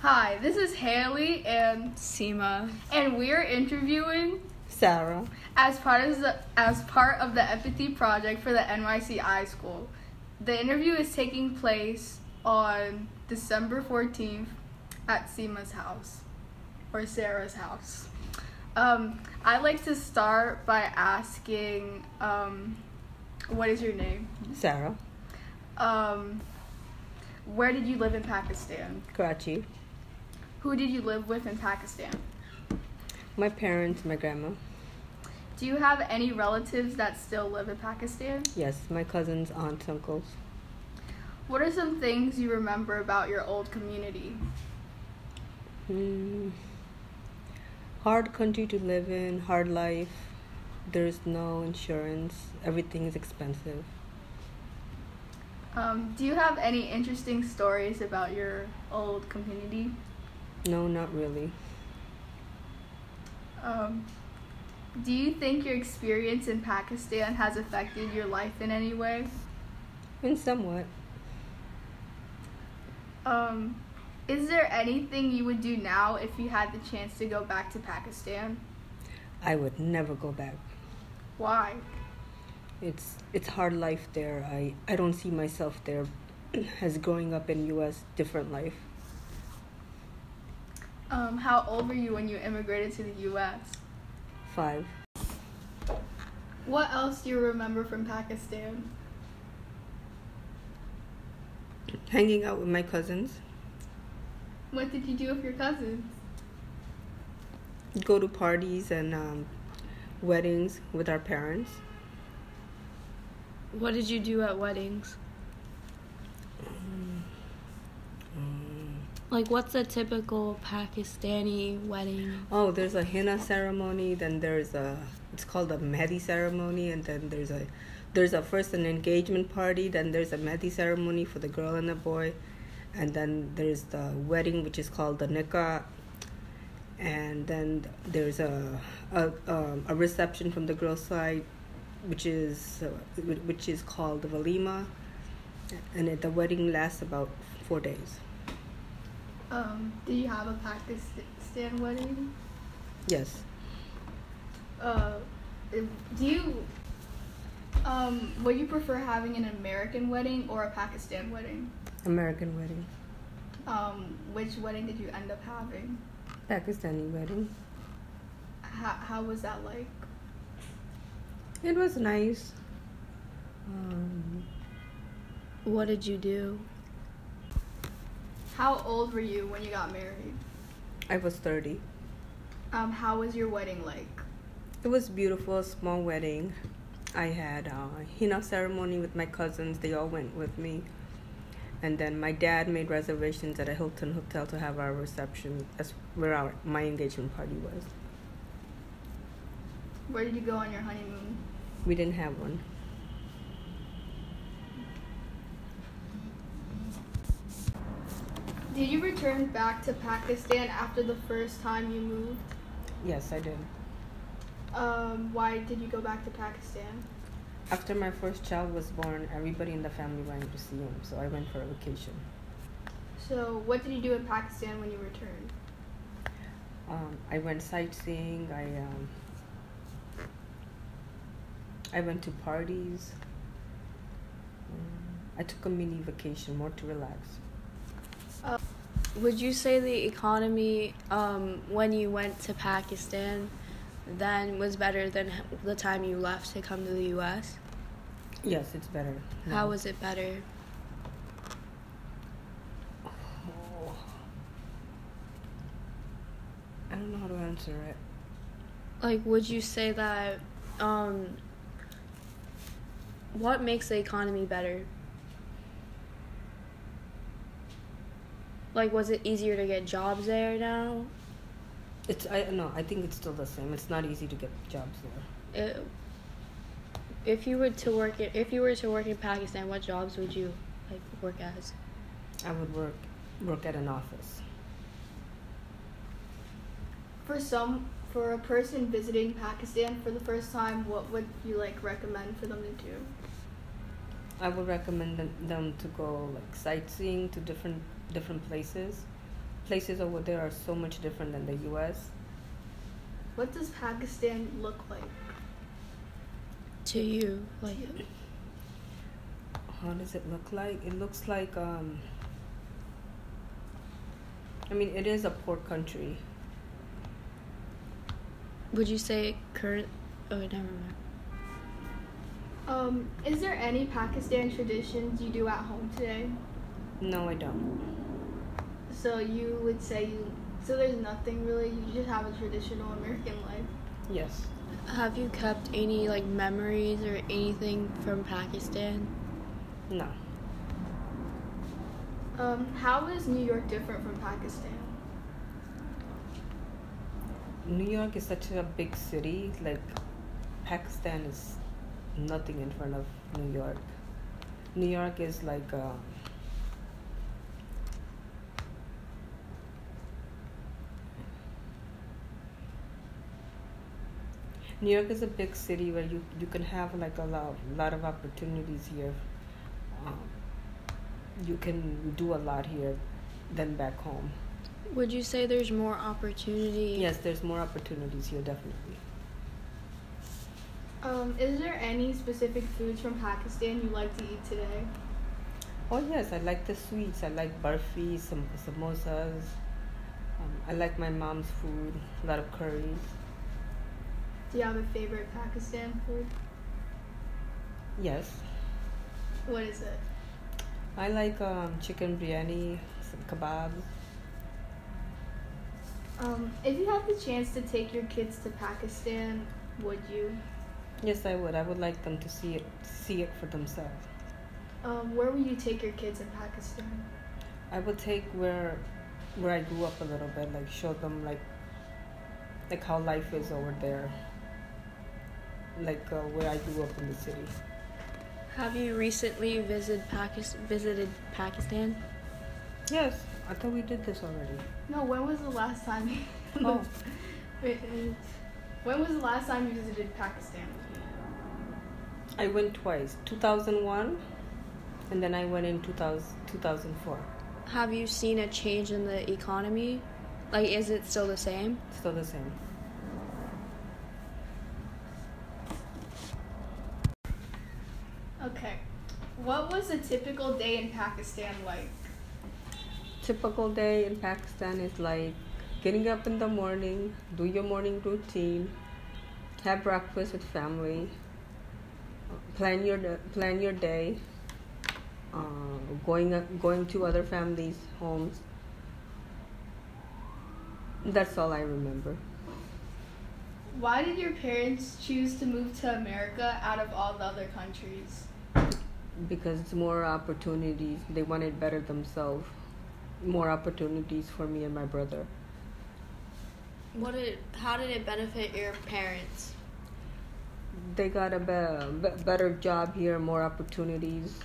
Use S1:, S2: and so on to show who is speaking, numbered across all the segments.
S1: Hi, this is Haley, and
S2: Seema.
S1: and we're interviewing
S3: Sarah.
S1: as part of the as part of the empathy project for the NYC I School. The interview is taking place on December fourteenth at Seema's house or Sarah's house. Um, I'd like to start by asking, um, what is your name?
S3: Sarah.
S1: Um, where did you live in Pakistan?
S3: Karachi.
S1: Who did you live with in Pakistan?
S3: My parents, my grandma.
S1: Do you have any relatives that still live in Pakistan?
S3: Yes, my cousins, aunts, uncles.
S1: What are some things you remember about your old community?
S3: Hmm. Hard country to live in, hard life. There's no insurance. Everything is expensive.
S1: Um, do you have any interesting stories about your old community?
S3: No, not really.
S1: Um, do you think your experience in Pakistan has affected your life in any way?
S3: In somewhat.
S1: Um, is there anything you would do now if you had the chance to go back to Pakistan?
S3: I would never go back.
S1: Why?
S3: It's it's hard life there. I, I don't see myself there as growing up in US different life.
S1: Um, how old were you when you immigrated to the U.S.?
S3: Five.
S1: What else do you remember from Pakistan?
S3: Hanging out with my cousins.
S1: What did you do with your cousins?
S3: go to parties and um, weddings with our parents.
S2: What did you do at weddings? Like, what's a typical Pakistani wedding?
S3: Oh, there's a henna ceremony. Then there's a it's called a mehdi ceremony, and then there's a there's a first an engagement party. Then there's a mehdi ceremony for the girl and the boy, and then there's the wedding, which is called the nikah. And then there's a a, um, a reception from the girl's side, which is uh, wh- which is called the valima, and it, the wedding lasts about four days.
S1: Um, do you have a Pakistan wedding?
S3: Yes.
S1: Uh, if- do you, um, would you prefer having an American wedding or a Pakistan wedding?
S3: American wedding,
S1: Um, which wedding did you end up having?
S3: Pakistani wedding.
S1: How, how was that like?
S3: It was nice. Um,
S2: What did you do?
S1: How old were you when you got married?
S3: I was 30.
S1: Um, how was your wedding like?
S3: It was beautiful, small wedding. I had a henna ceremony with my cousins. They all went with me. And then my dad made reservations at a Hilton hotel to have our reception. That's where our my engagement party was.
S1: Where did you go on your honeymoon?
S3: We didn't have one.
S1: Did you return back to Pakistan after the first time you moved?
S3: Yes, I did.
S1: Um, why did you go back to Pakistan?
S3: After my first child was born, everybody in the family went to see him, so I went for a vacation.
S1: So, what did you do in Pakistan when you returned?
S3: Um, I went sightseeing. I um, I went to parties. Um, I took a mini vacation, more to relax.
S2: Would you say the economy um, when you went to Pakistan then was better than h- the time you left to come to the U.S.?
S3: Yes, it's better.
S2: How
S3: now.
S2: was it better?
S3: Oh. I don't know how to answer it.
S2: Like, would you say that? Um, what makes the economy better? Like, was it easier to get jobs there now?
S3: It's I no. I think it's still the same. It's not easy to get jobs there.
S2: It, Uh, if you were to work, i- if you were to work in Pakistan, what jobs would you like work as?
S3: I would work work at an office.
S1: For some, for a person visiting Pakistan for the first time, what would you like recommend for them to do?
S3: I would recommend them, them to go like sightseeing to different different places, places over there are so much different than the U.S.
S1: What does Pakistan look like?
S2: to you. Like
S3: How does it look like? It looks like um. I mean, it is a poor country.
S2: would you say current oh wait, never mind.
S1: Um, is there any Pakistan traditions you do at home today?
S3: No, I don't.
S1: So you would say you so there's nothing really. You just have a traditional American life.
S3: Yes.
S2: Have you kept any like memories or anything from Pakistan?
S3: No.
S1: Um, how is New York different from Pakistan?
S3: New York is such a big city. Like, Pakistan is nothing in front of New York. New York is like uh, a. New York is a big city where you, you can have like a lot, lot of opportunities here. Um, you can do a lot here than back home.
S2: Would you say there's more opportunity?
S3: Yes, there's more opportunities here, definitely.
S1: Um, is there any specific foods from Pakistan you like to eat today?
S3: Oh yes, I like the sweets. I like burfi, sam- samosas. Um, I like my mom's food. A lot of curries.
S1: Do you have a favorite Pakistan food?
S3: Yes,
S1: What is it?
S3: I like um, chicken biryani, some kebabs.
S1: Um, if you had the chance to take your kids to Pakistan, would you?
S3: Yes, I would. I would like them to see it, see it for themselves.
S1: Um, where would you take your kids in Pakistan?
S3: I would take where, where I grew up a little bit. Like show them like, like how life is over there. Like uh, where I grew up in the city.
S2: Have you recently visited Pakistan? Visited Pakistan?
S3: Yes, I thought we did this already.
S1: No, when was the last time? You
S3: Oh.
S1: Wait, wait. when was the last time you visited Pakistan?
S3: I went twice, 2001, and then I went in 2000, 2004.
S2: Have you seen a change in the economy? Like, is it still the same?
S3: Still the same.
S1: Okay. What was a typical day in Pakistan like?
S3: Typical day in Pakistan is like getting up in the morning, do your morning routine, have breakfast with family, plan your plan your day, uh, going going to other families' homes. That's all I remember.
S1: Why did your parents choose to move to America out of all the other countries?
S3: because it's more opportunities. They want it better themselves. More opportunities for me and my brother.
S2: What did? How did it benefit your parents?
S3: They got a be- be- better job here, more opportunities.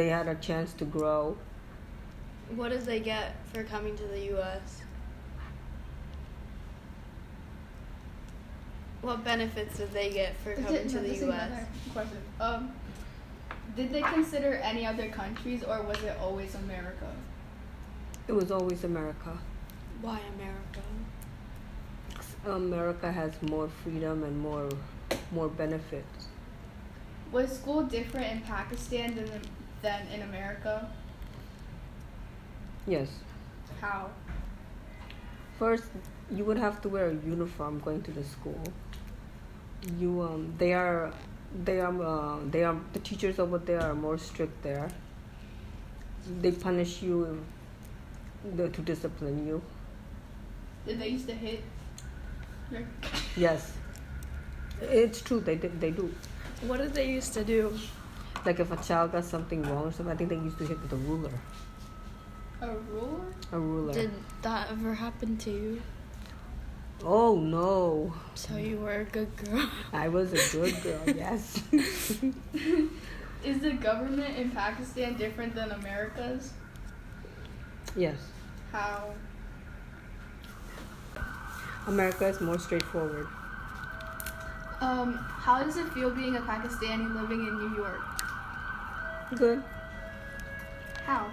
S3: They had a chance to grow.
S2: What did they get for coming to the U.S.? What benefits did they get for coming to
S1: No,
S2: the
S1: just
S2: U.S.?
S1: another Question. Um, did they consider any other countries or was it always America?
S3: It was always America.
S2: Why America?
S3: America has more freedom and more, more benefits.
S1: Was school different in Pakistan than, than in America?
S3: Yes.
S1: How?
S3: First, you would have to wear a uniform going to the school. You um, they are, they are, uh, they are. The teachers over there are more strict there. They punish you if, the- to discipline you.
S1: Did they used to hit? your-
S3: Yes, it's true. They did- they do.
S2: What did they used to do?
S3: Like if a child got something wrong or something, I think they used to hit with a ruler.
S1: A ruler?
S3: A ruler.
S2: Did that ever happen to you?
S3: oh no,
S2: So you were a good girl.
S3: I was a good girl. yes.
S1: Is the government in Pakistan different than America's?
S3: Yes.
S1: How?
S3: America is more straightforward.
S1: Um, how does it feel being a Pakistani living in New York?
S3: Good.
S1: How?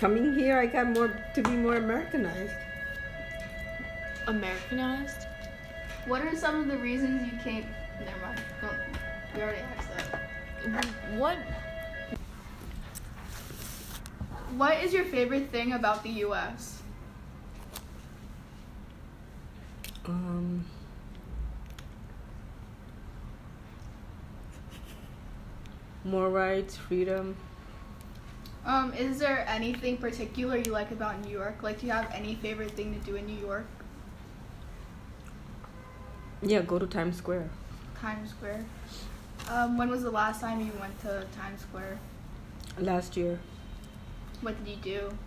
S3: coming here, I got more to be more Americanized.
S2: Americanized?
S1: What are some of the reasons you came? Never mind. Don't, we already asked that.
S2: What?
S1: What is your favorite thing about the U.S.?
S3: Um, more rights, freedom.
S1: Um, is there anything particular you like about New York? Like, do you have any favorite thing to do in New York?
S3: Yeah, go to Times Square.
S1: Times Square. Um, when was the last time you went to Times Square?
S3: Last year,
S1: What did you do?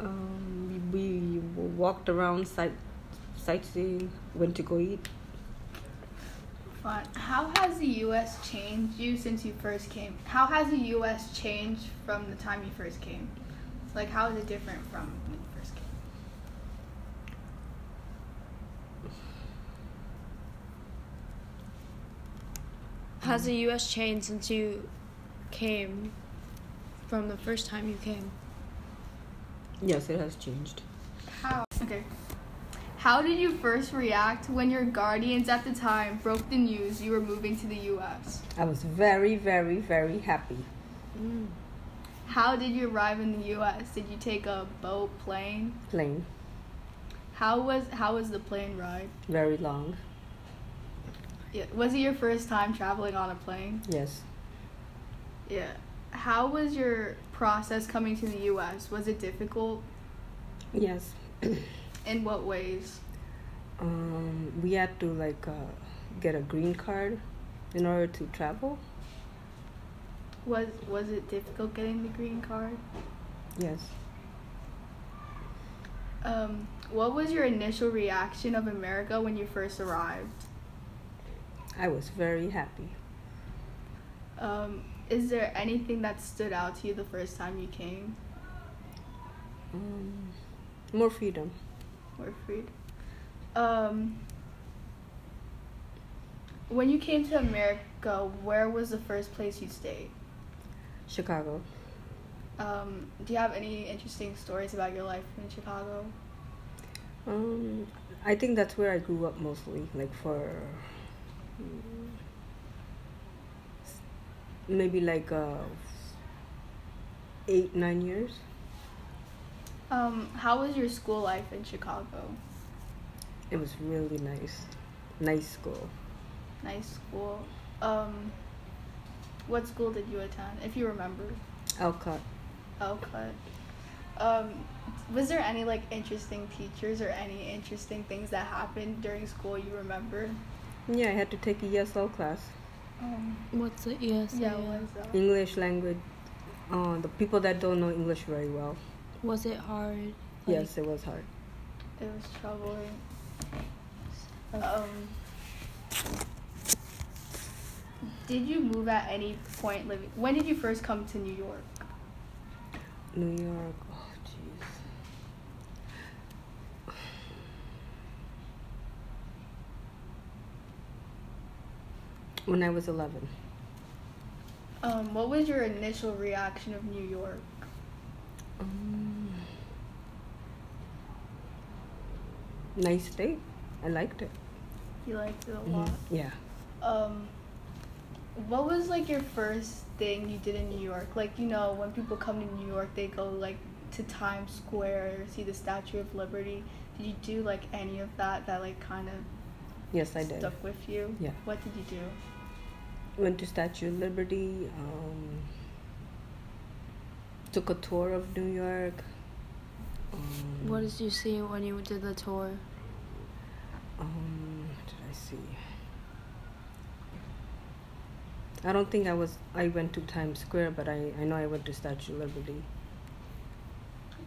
S3: um, we, we walked around, sight, sightseeing, went to go eat.
S1: Fun. How has the U.S. changed you since you first came? How has the U.S. changed from the time you first came? Like, how is it different from when you first came?
S2: Has the U.S. changed since you came from the first time you came?
S3: Yes, it has changed.
S1: How? Okay. How did you first react when your guardians at the time broke the news you were moving to the U.S.?
S3: I was very, very, very happy.
S2: Mm.
S1: How did you arrive in the U.S.? Did you take a boat, plane?
S3: Plain,
S1: How was how was the plane ride?
S3: very long.
S1: Yeah. Was it your first time traveling on a plane?
S3: Yes,
S1: Yeah. How was your process coming to the U.S.? Was it difficult?
S3: yes.
S1: In what ways?
S3: Um, we had to like uh, get a green card in order to travel.
S1: Was was it difficult getting the green card?
S3: Yes.
S1: Um, what was your initial reaction of America when you first arrived?
S3: I was very happy.
S1: Um, is there anything that stood out to you the first time you came?
S3: Um, more freedom.
S1: More food. Um, when you came to America, where was the first place you stayed?
S3: Chicago.
S1: Um, do you have any interesting stories about your life in Chicago?
S3: Um, I think that's where I grew up mostly, like for mm, s- maybe like uh, eight, nine years.
S1: Um, how was your school life in Chicago?
S3: It was really nice. Nice school.
S1: Nice school. Um, what school did you attend, if you remember?
S3: Alcott.
S1: Elkhart. Um, was there any like interesting teachers or any interesting things that happened during school you remember?
S3: Yeah, I had to take a ESL class.
S1: Um,
S2: What's it? Yes.
S1: yeah, what was that?
S3: English language. Uh, the people that don't know English very well.
S2: Was it hard?
S3: Yes, it was hard.
S1: It was troubling. Um, did you move at any point living? When did you first come to New York?
S3: New York. Oh, jeez. When I was 11,
S1: Um, what was your initial reaction of New York?
S3: Um. nice state. I liked it.
S1: You liked it a
S3: Mhm.
S1: lot.
S3: Yeah.
S1: Um, what was like your first thing you did in New York? Like you know, when people come to New York, they go like to Times Square, see the Statue of Liberty. Did you do like any of that? That like kind of
S3: Yes, I did.
S1: stuck with you.
S3: Yeah.
S1: What did you do?
S3: Went to Statue of Liberty. Um, took a tour of New York. Um,
S2: What did you see when you did the tour?
S3: Um, what did I see? I don't think I was. I went to Times Square, but I, I know I went to Statue of Liberty.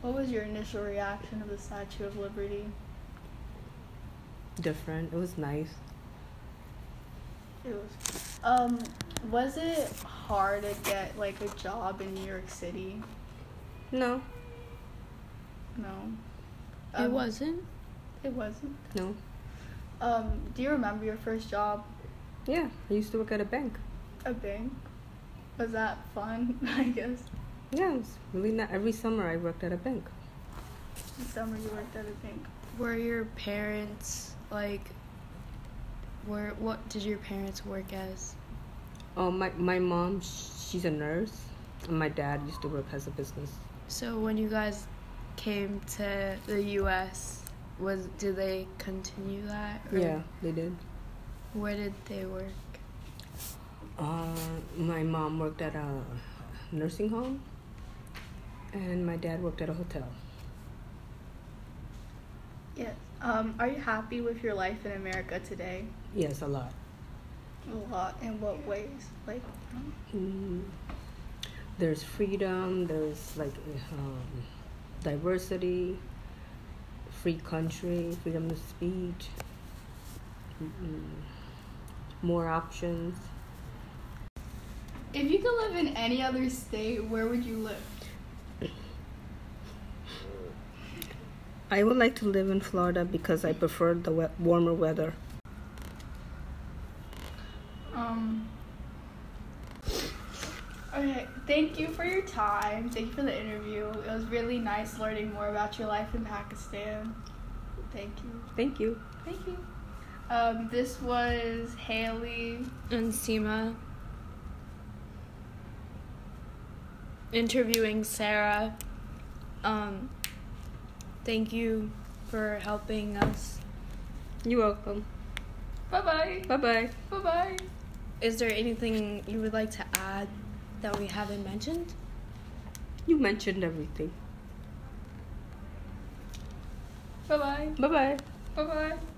S1: What was your initial reaction of the Statue of Liberty?
S3: Different. It was nice.
S1: It was. Um, was it hard to get like a job in New York City?
S3: No,
S1: No. Um,
S2: it wasn't.
S1: It wasn't.
S3: no.
S1: Um, do you remember your first job?
S3: Yeah, I used to work at a bank.
S1: a bank. Was that fun? I guess.
S3: Yeah, it was really not. Every summer I worked at a bank.
S1: The summer you worked at a bank.
S2: Were your parents like? Were what did your parents work as?
S3: Oh, my my mom, sh- she's a nurse, and my dad used to work as a business.
S2: So when you guys came to the U.S., was did they continue that? or
S3: Yeah, they did.
S2: Where did they work?
S3: Uh, my mom worked at a nursing home, and my dad worked at a hotel.
S1: Yes. Um, are you happy with your life in America today?
S3: Yes, a lot.
S1: A lot. In what ways? Like, um,
S3: Mm, there's freedom. There's like um, diversity, free country, freedom of speech, mm, more options.
S1: if you could live in any other state, where would you live?
S3: I would like to live in Florida because I prefer the we- warmer weather.
S1: Um. Okay, thank you for your time. Thank you for the interview. It was really nice learning more about your life in Pakistan. Thank you.
S3: Thank you.
S1: Thank you. Um, this was Haley.
S2: And Seema interviewing Sarah. Um, thank you for helping us.
S3: You're welcome.
S1: Bye bye.
S3: Bye bye.
S1: Bye bye.
S2: Is there anything you would like to add that we haven't mentioned?
S3: You mentioned everything.
S1: Bye bye.
S3: Bye bye.
S1: Bye bye.